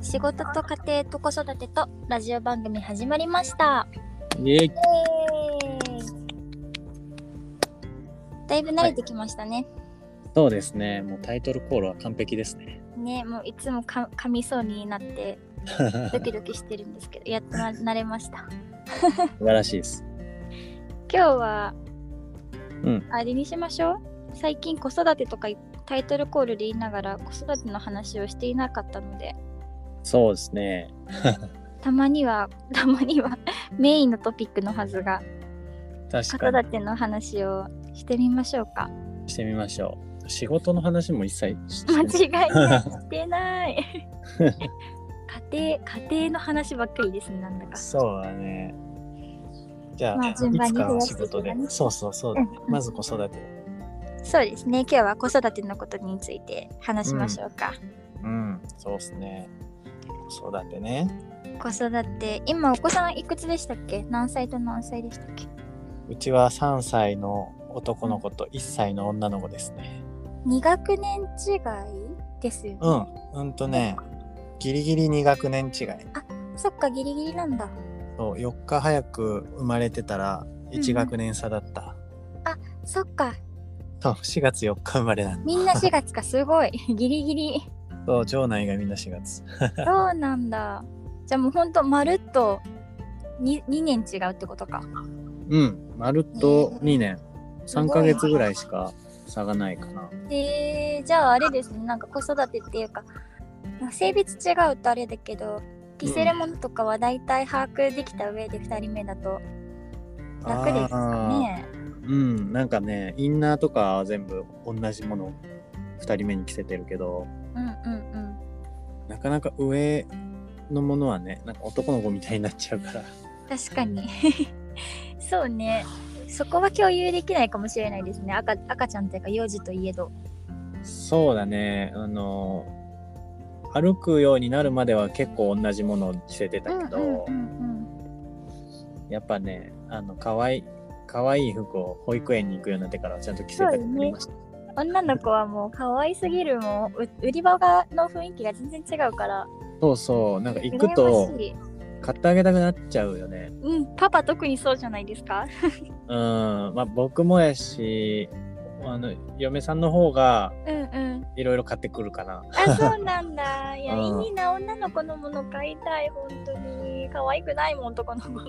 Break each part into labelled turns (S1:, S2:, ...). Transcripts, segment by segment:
S1: 仕事と家庭と子育てとラジオ番組始まりました。
S2: イエイ
S1: だいぶ慣れてきましたね。
S2: そうですね。もうタイトルコールは完璧ですね。
S1: ね、もういつもか噛みそうにな ってドキドキしてるんですけど、やっとな慣れました。
S2: 素晴らしいです。
S1: 今日は、
S2: うん
S1: あれにしましょう。最近子育てとかタイトルコールで言いながら子育ての話をしていなかったので、
S2: そうですね。
S1: たまには、 たまにはメインのトピックのはずが
S2: 確
S1: 子
S2: か
S1: 育ての話をしてみましょうか。
S2: にしてみましょう。仕事の話も一切して
S1: 間
S2: ない
S1: 違いない。してない。家庭、家庭の話ばっかりですね、なんだか。
S2: そうだね。じゃあ、
S1: まあ順
S2: い
S1: 番
S2: つ
S1: に
S2: か
S1: 増
S2: の
S1: や
S2: 仕
S1: していけ
S2: 事
S1: ばね
S2: で。そうそうそうだね。
S1: うん
S2: まず子育て。
S1: そうですね、今日は子育てのことについて話しましょうか。
S2: うん、そうですね。子育てね。
S1: 子育て、今お子さんいくつでしたっけ何歳と何歳でしたっけ
S2: うちは3歳の男の子と1歳の女の子ですね。
S1: ?2 学年違いですよね。
S2: うん、うんとね、ギリギリ2学年違い。
S1: そっか、ギリギリなんだ。
S2: そう4日早く生まれてたら
S1: うんう
S2: 1
S1: ん
S2: 学年差だった、
S1: そっか、
S2: そう4月4日生まれなの
S1: みんな4月か、すごい。 ギリギリ。
S2: そう長男がみんな4月
S1: そうなんだ。じゃあもうほんと、まるっと 2, 2年違うってことか。
S2: うんまるっと2年3ヶ月ぐらいしか差がないかな
S1: えー、じゃああれですねなんか子育てっていうかまあ性別違うとあれだけど着せるものとかは大体把握できた上で2人目だと楽ですかね。
S2: あーうんなんかねインナーとかは全部同じもの2人目に着せてるけど
S1: うんうん
S2: なかなか上のものはねなんか男の子みたいになっちゃうから
S1: うん確かに そうねそこは共有できないかもしれないですね赤赤ちゃんというか幼児といえど。
S2: そうだねあの歩くようになるまでは結構同じものを着せてたけど、
S1: ん
S2: やっぱね、あの、可愛い、可愛い服を保育園に行くようになってからはちゃんと着せたくなりました。
S1: うん、女の子はもう可愛すぎるもうう売り場がの雰囲気が全然違うから
S2: そうそう、なんか行く
S1: 羨
S2: と
S1: ましい
S2: 買ってあげたくなっちゃうよね。
S1: うんパパ特にそうじゃないですか
S2: うん、まあ僕もやし、あの、嫁さんの方が
S1: うんうん
S2: いろいろ買ってくるかな。
S1: あ、そうなんだ。いや、
S2: うん
S1: いいな、女の子のもの買いたい、本当に。可愛くないもん、男の子の。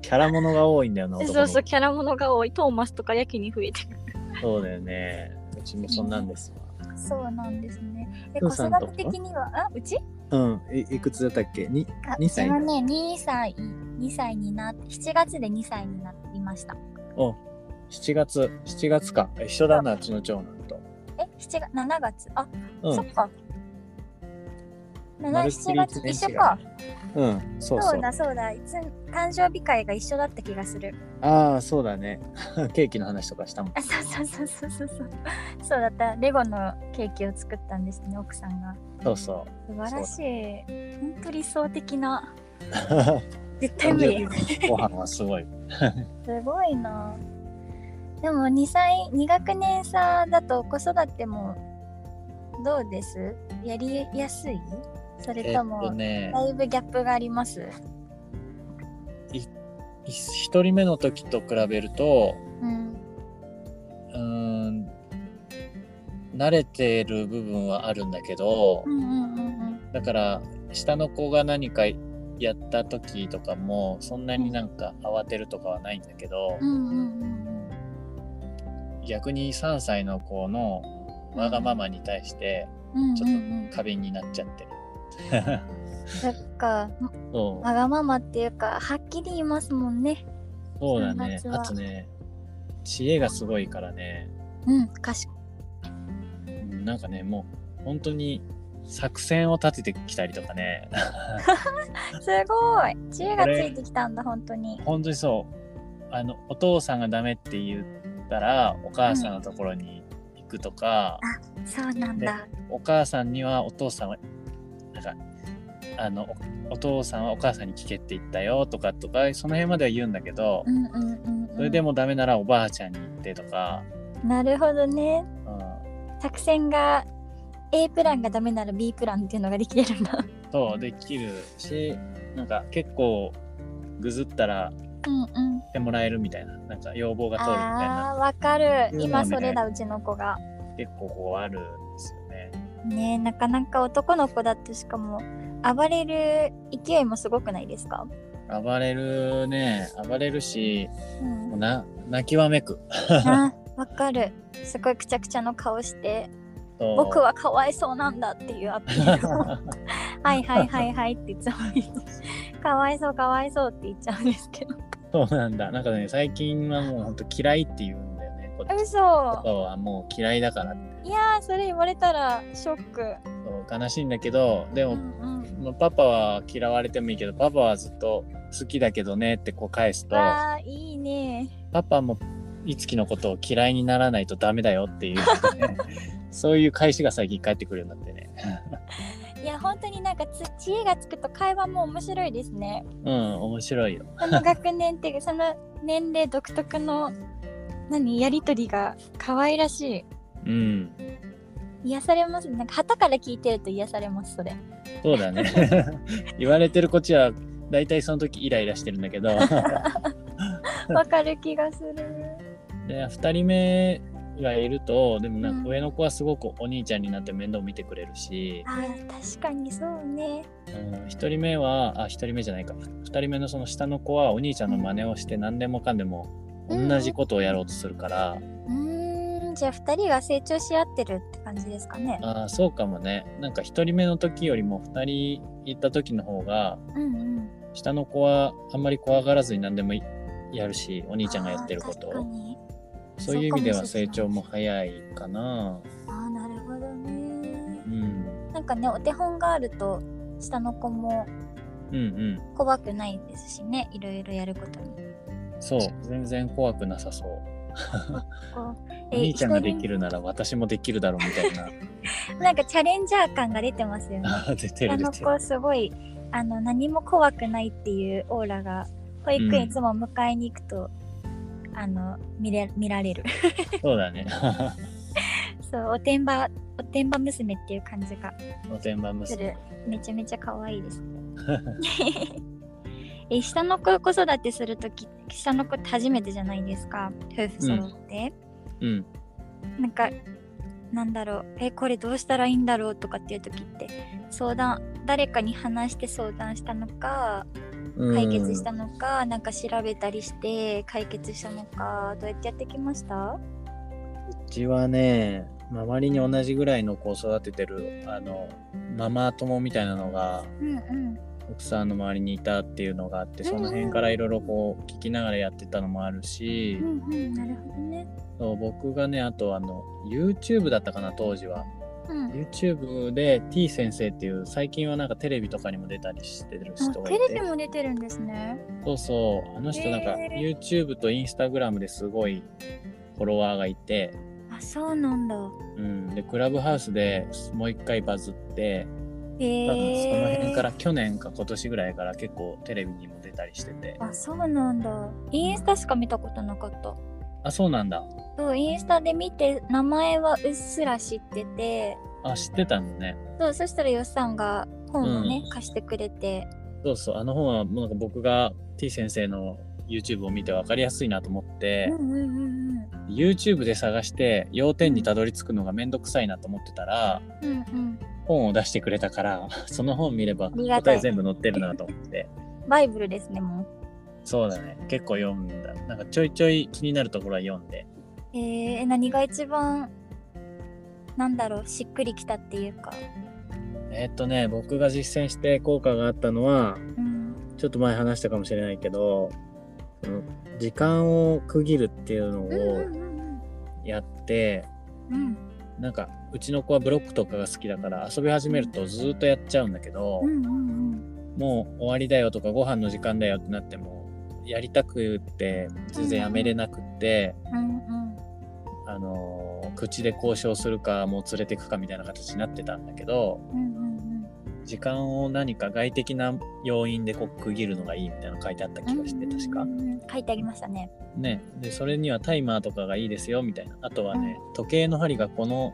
S2: キャラものが多いんだよな、男
S1: そ
S2: の
S1: う
S2: 子
S1: そう、キャラものが多い。トーマスとかやけに増えてる。
S2: そうだよね。うちもそんなんですわ。
S1: そうなんですね。で、
S2: ふ
S1: 子
S2: うさんと
S1: 育
S2: こ
S1: て的には、あ、うち
S2: うん、いいくつだったっけに
S1: あ
S2: 二歳
S1: うちはね、2歳、2歳になって、7月で2歳になりました。
S2: お、7月、7月か。一緒だな、うちの長男と。
S1: え、7月、7月。あ、
S2: う
S1: そっ
S2: ん、
S1: か。7、
S2: ま
S1: 7
S2: るっきり一
S1: 月、
S2: 年
S1: 一緒
S2: 違い
S1: か。
S2: うん、そうそ
S1: そう
S2: う。
S1: だ、そうだ。いつ、誕生日会が一緒だった気がする。
S2: ああ、そうだね。 ケーキの話とかしたもん。
S1: あそうそうそうそうそうそうそうだったレゴのケーキを作ったんですね奥さんが
S2: そうそ
S1: 素晴らしい本当理想的な
S2: う。
S1: 絶対無理
S2: ご飯はす ごい。
S1: すごいなでも2歳2学年差だと子育てもどうですやりやすいそれ
S2: えっ
S1: と
S2: と
S1: も
S2: ね、
S1: だいぶギャップがあります
S2: い一人目の時と比べると、
S1: うん
S2: うーん、慣れてる部分はあるんだけど
S1: う、んうんうん
S2: だから、下の子が何かやった時とかも、そんなになんか慌てるとかはないんだけど
S1: うんう、んうんうん
S2: 逆に3歳の子のわがままに対して、
S1: うん
S2: ち
S1: う
S2: ょ
S1: んう
S2: っ
S1: ん
S2: と過敏になっちゃってる。
S1: そっか
S2: そう。
S1: わがままっていうかはっきり言いますもんね
S2: そうだね
S1: 3。月は
S2: あとね、知恵がすごいからね、
S1: うん賢い
S2: うんなんかね、もう本当に作戦を立ててきたりとかね、
S1: すごい知恵がついてきたんだ本当に
S2: 本当にそう、あの、お父さんがダメって言ったら、お母さんのところに行くとか、
S1: そうなんだ
S2: お母さんにはお父さんは、なんか、あのおお父さんはお母さんに聞けって言ったよとかとかその辺までは言うんだけど
S1: うんうんうん、うん、
S2: それでもダメならおばあちゃんに言ってとか、
S1: なるほどね
S2: うん、
S1: 作戦が A プランがダメなら B プランっていうのができてるんだ
S2: そうできるしなんか結構ぐずった ら
S1: うんうん
S2: やってもらえるみたいななんか要望が通るみたいな
S1: あーわかる
S2: うん
S1: 今それだうちの子が
S2: 結構こうあるんですよね
S1: ねえなかなか男の子だってしかも暴れる勢いもすごくないですか、
S2: 暴れるね暴れるし
S1: うん
S2: もうな泣きわめく
S1: あわかるすごいくちゃくちゃの顔して
S2: そう
S1: 僕はかわいそうなんだっていうアピールをはいはいはいはいっていつも言うかわいそうかわいそうって言っちゃうんですけど
S2: そうなんだなんかね最近はもうほんと嫌いって言うんだよねこっち と
S1: 嘘
S2: かはもう嫌いだからって
S1: いやーそれ言われたらショック、
S2: そう悲しいんだけどで
S1: う
S2: も、
S1: んうん、
S2: まあパパは嫌われてもいいけどパパはずっと好きだけどねってこう返すと
S1: わあいいね
S2: パパもいつきのことを嫌いにならないとダメだよっていうのでね、 そういう返しが最近返ってくるようになってね
S1: いや本当になんかつ知恵がつくと会話も面白いですね
S2: うん面白いよ
S1: この学年っていうか その年齢独特の何やりとりが可愛らし
S2: うん
S1: い癒されますなんか旗から聞いてると癒されますそれ
S2: そうだね 言われてるこっちは大体その時イライラしてるんだけ ど
S1: わかる気がする
S2: で2人目がいるとでもなんか
S1: うん
S2: 上の子はすごくお兄ちゃんになって面倒見てくれるし、
S1: あー確かにそうね
S2: うん、1人目はあ1人目じゃないか2人目のその下の子はお兄ちゃんの真似をして何でもかんでも
S1: うん
S2: 同じことをやろうとするから、
S1: うーんじゃあ2人が成長し合ってるって感じですかね
S2: あーそうかもねなんか1人目の時よりも2人行った時の方が
S1: うんうん
S2: 下の子はあんまり怖がらずに何でもいやるしお
S1: お
S2: 兄ちゃんがやってること
S1: 確か
S2: を
S1: に
S2: そういう意味では
S1: そうかもしれな
S2: 成
S1: い
S2: 長も早いかな
S1: あーなるほどね
S2: うん
S1: なんかねお手本があると下の子も
S2: うんうん
S1: 怖くないですしねいろいろやることに
S2: そう全然怖くなさそう
S1: こう
S2: お兄ちゃんができ
S1: る
S2: るなら私もできるだろうみたいな
S1: なんかチャレンジャー感が出てますよね
S2: あー出て
S1: 下
S2: る出
S1: の
S2: てる
S1: 子すごいあの何も怖くないっていうオーラが保育園いつも迎えに行くと、あの見れ見られる
S2: そうだね
S1: そうおてんばおてんば娘っていう感じが
S2: おてんば
S1: す
S2: 娘
S1: るめちゃめちゃ可愛い ですえ下の子子育てするとき下の子って初めてじゃないですか夫婦揃って、
S2: うん
S1: なんかなんだろうえこれどうしたらいいんだろうとかっていう時って相談誰かに話して相談したのか
S2: うん
S1: 解決したのか、なんか調べたりして解決したのかどうやってやってきました
S2: うちはね周りに同じぐらいの子を育ててるあのママ友みたいなのが
S1: うんうん
S2: 奥さんの周りにいたっていうのがあってその辺からいろいろこう聞きながらやってたのもあるし
S1: う、んうんなるほどね
S2: そう僕がねあとあの YouTube だったかな当時は
S1: うん
S2: YouTube で T 先生っていう最近はなんかテレビとかにも出たりしてる
S1: あ
S2: 人がい
S1: テレビ
S2: て
S1: も出てるんですね
S2: そうそうあの人なんか
S1: へ
S2: YouTube と Instagram ですごいフォロワーがいて、
S1: あそうなんだ
S2: うん、でクラブハウスでもう一回バズって
S1: へ
S2: 多分その辺
S1: え
S2: から去年か今年ぐらいから結構テレビにも出たりしてて
S1: あそうなんだインスタしか見たことなかった
S2: あそうなんだ
S1: そうインスタで見て名前はうっすら知ってて
S2: あ知ってたんだね
S1: そうそしたらよっさんが本をね、貸してくれて
S2: そうそうあの本はもうなんか僕が T 先生の YouTube を見て分かりやすいなと思って、
S1: んうんうん
S2: YouTube で探して要点にたどり着くのがめんどくさいなと思ってたら、
S1: うんうん
S2: 本を出してくれたから その本見れば
S1: ありがた
S2: 答
S1: い
S2: え全部載ってるなと思って
S1: バイブルですねも
S2: そうだね結構読んだなんかちょいちょい気になるところは読んで
S1: うえー、何が一番なんだろうしっくりきたっていうか
S2: えーっとね僕が実践して効果があったのは
S1: うん
S2: ちょっと前話したかもしれないけどその時間を区切るっていうの
S1: うんうん
S2: をやって、
S1: うんうん
S2: なんかうちの子はブロックとかが好きだから遊び始めるとずーっとやっちゃうんだけど、
S1: うんうん
S2: もう終わりだよとかご飯の時間だよってなってもやりたくって全然やめれなくって、
S1: うんうん
S2: あのー口で交渉するかもう連れてくかみたいな形になってたんだけど
S1: うんうん
S2: 時間を何か外的な要因でこう区切るのがいいみたいなの書いてあった気がして確か
S1: う。んうんうん書いてありましたね
S2: ね、でそれにはタイマーとかがいいですよみたいなあとはね、時計の針がこの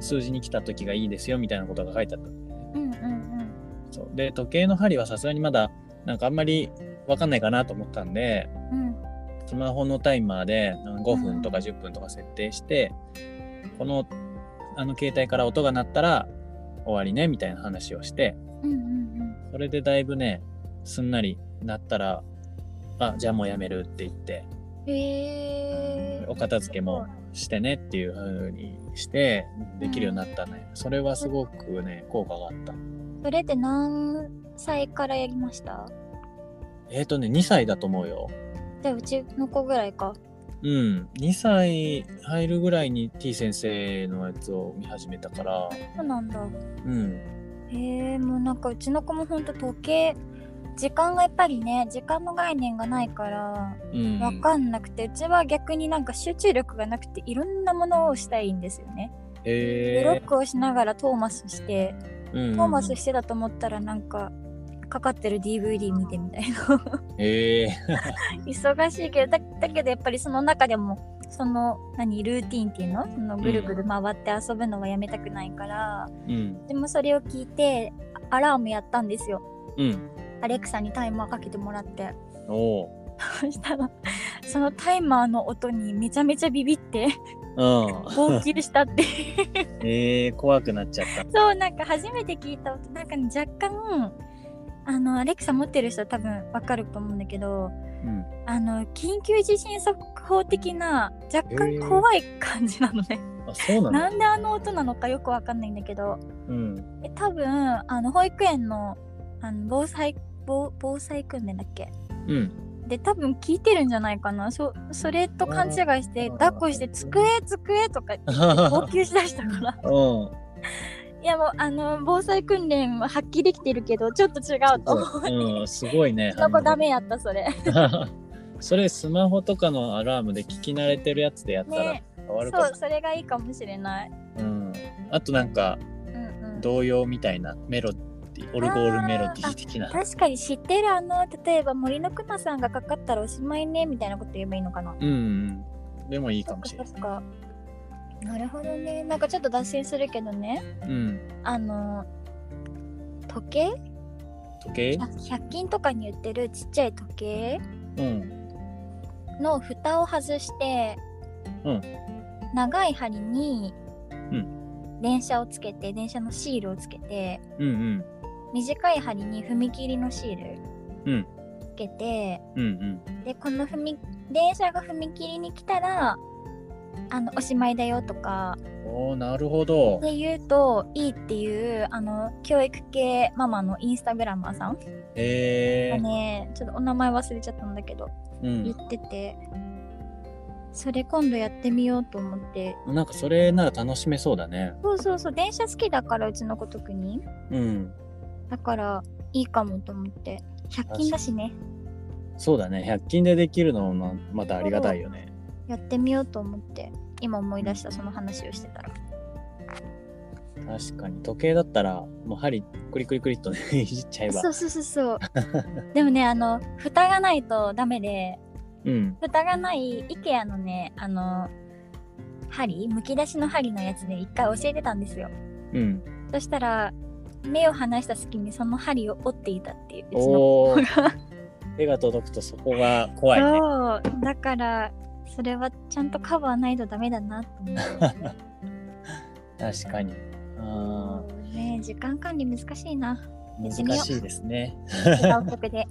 S2: 数字に来た時がいいですよみたいなことが書いてあったんだよね。
S1: うんうん
S2: そうで時計の針はさすがにまだなんかあんまり分かんないかなと思ったんで
S1: うん
S2: スマホのタイマーでうん5分とか10分とか設定して、このあの携帯から音が鳴ったら終わりねみたいな話をして
S1: うんうんうん
S2: それでだいぶねすんなり鳴ったらあじゃあもうやめるって言って
S1: うんへえ
S2: お片付けもしてねっていう風にしてできるようになったねそれはすごくね効果があった
S1: それって何歳からやりました
S2: えっ、とね2歳だと思うよ
S1: じゃあうちの子ぐらいか
S2: うん2歳入るぐらいに T 先生のやつを見始めたから
S1: そうなんだ
S2: うん
S1: へえもうなんかうちの子もほんと時計時間がやっぱりね時間の概念がないから
S2: うん
S1: 分かんなくて、うちは逆になんか集中力がなくていろんなものをしたいんですよね。ブロ
S2: へ
S1: ックをしながらトーマスして、
S2: ー
S1: トーマスしてたと思ったらなんかかかってる DVD 見てみたいな
S2: へえ
S1: 忙しいけどだだけどやっぱりその中でもその何ルーティンっていうのそのぐるぐる回って遊ぶのはやめたくないから、
S2: うん
S1: でもそれを聞いてアラームやったんですよ。
S2: うん
S1: アレクサにタイマーかけてもらって
S2: おお
S1: そしたらそのタイマーの音にめちゃめちゃビビっ て
S2: う
S1: 号泣したっていうん
S2: へえ怖くなっちゃった
S1: そうなんか初めて聞いた音なんか、ね、若干あのアレクサ持ってる人は多分わかると思うんだけど
S2: うん
S1: あの緊急地震速報的な若
S2: へ
S1: 干
S2: ー
S1: 怖い感じなのね、
S2: あそうなん
S1: な
S2: だ
S1: んであの音なのかよくわかんないんだけど
S2: うん
S1: え多分あの保育園のあの防災防防災訓練だっけ
S2: うん
S1: で多分聞いてるんじゃないかなそそれと勘違いして
S2: うん
S1: 抱っこして机机とか号泣しだしたから
S2: うん
S1: いやもうあの防災訓練は発揮できてるけどちょっと違うと思う
S2: うんすごいね
S1: そこダメやったそれ
S2: 反応 それスマホとかのアラームで聞き慣れてるやつでやったら
S1: ね
S2: 変わ
S1: そ
S2: るかも
S1: うそれがいいかもしれない
S2: うんあとなんか
S1: うんうん
S2: 童謡みたいなメロディオルゴールメロディー的な
S1: 確かに知ってるあの例えば森のくまさんがかかったらおしまいねみたいなこと言えばいいのかな
S2: うんうんでもいいかもし
S1: そ
S2: れ
S1: っ
S2: な
S1: か
S2: い
S1: そっかなるほどねなんかちょっと脱線するけどね
S2: うん
S1: あの時計
S2: 時計
S1: あ100均とかに売ってるちっちゃい時計
S2: うん
S1: の蓋を外して、
S2: うん
S1: 長い針に
S2: う
S1: 電車をつけて電車のシールをつけて
S2: うん
S1: 短い針に踏切のシール
S2: うん
S1: つけて、
S2: うんうん
S1: でこの踏電車が踏切に来たらあのおしまいだよとか
S2: うんおおなるほど
S1: で言うといいっていうあの教育系ママのインスタグラマーさん
S2: へ
S1: が
S2: え
S1: ねちょっとお名前忘れちゃったんだけど
S2: うん
S1: 言ってて、それ今度やってみようと思って
S2: なんかそれなら楽しめそうだね。
S1: そうそうそう電車好きだからうちの子特に
S2: うん。
S1: だからいいかもと思って100均だしね
S2: そうだね。100均でできるのもまたありがたいよね。
S1: やってみようと思って今思い出したその話をしてたら
S2: 確かに。時計だったら、もう針クリクリクリっとね、 いじっちゃえば
S1: そ。うそうそうそうでもねあの蓋がないとダメで
S2: うん。
S1: 蓋がない IKEA のねあの針むき出しの針のやつで一回教えてたんですよ
S2: うん。
S1: そしたら目を離した隙にその針を折っていたっていううちの
S2: おお。 手が届くとそこが怖いね。
S1: そうだからそれはちゃんとカバーないとダメだなと思
S2: 確かに。あ
S1: うね時間管理難しい な
S2: ー難しいですね。
S1: 違う曲で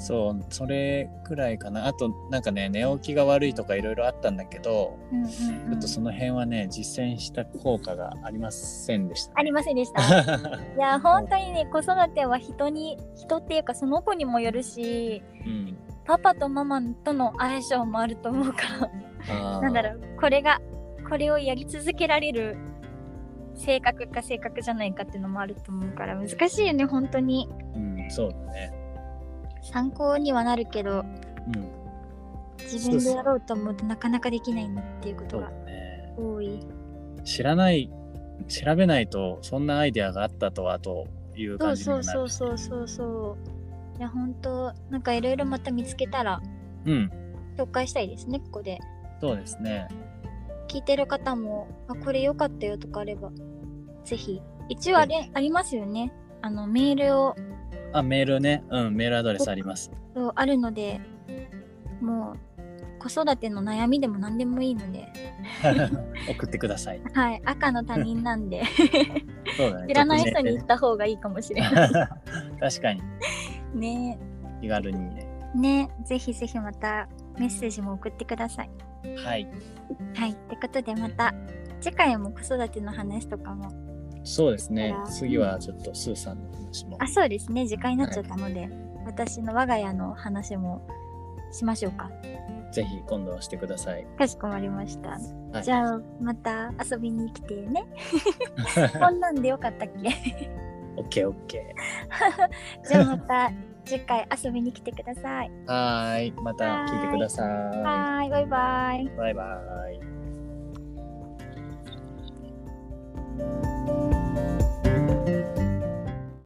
S2: そう、それくらいかな。あと、なんかね、寝起きが悪いとかいろいろあったんだけど、
S1: うんうん、
S2: ちょっとその辺はね、実践した効果がありませんでした、
S1: ありませんでした いや本当にね子育ては人に人っていうかその子にもよるし
S2: うん。
S1: パパとママとの相性もあると思うか
S2: あ
S1: ら
S2: ー
S1: なんだろうこれがこれをやり続けられる性格か性格じゃないかっていうのもあると思うから難しいよね本当に
S2: うん、そうだね。
S1: 参考にはなるけど
S2: うん、
S1: 自分でやろうと思うとなかなかできないなっていうこと
S2: そう
S1: が
S2: だね。
S1: 多い。
S2: 知らない、調べないと、そんなアイデアがあったとはとい
S1: そ
S2: う感
S1: う
S2: じにも
S1: そ
S2: な
S1: う
S2: る。
S1: そうそうそうそう。いや本当なんかいろいろまた見つけたら
S2: うん、
S1: 紹介したいですねここで。
S2: そうですね。
S1: 聞いてる方も、あ、これ良かったよとかあれば、ぜひ。一応あれ、ありますよね。あの、メールを、
S2: あ、メールね。うん、メールアドレスあり ます。
S1: そうあるので、もう、子育ての悩みでも何でもいいので、
S2: 送ってください。
S1: はい、赤の他人なんで、
S2: そうだね。
S1: 知らない人
S2: 匿名
S1: に
S2: で
S1: 言
S2: ね
S1: った方がいいかもしれない。
S2: 確かに。
S1: ね
S2: 気軽にね。
S1: ねぜひぜひまたメッセージも送ってください。
S2: はい。
S1: はい、ってことでまた次回も子育ての話とかも
S2: そうですね
S1: あ。ら
S2: 次はちょっとスーさんの話も。
S1: あそうですね時間になっちゃったので、私の我が家の話もしましょうか
S2: ぜひ今度はしてください。
S1: かしこまりました、
S2: はい
S1: じゃあまた遊びに来て ねこんなんでよかったっけ
S2: オッケーオッケ
S1: じゃあまた次回遊びに来てください
S2: ー。はーい。また聞いてくださ
S1: はいバイバイ
S2: い。バイバーイ。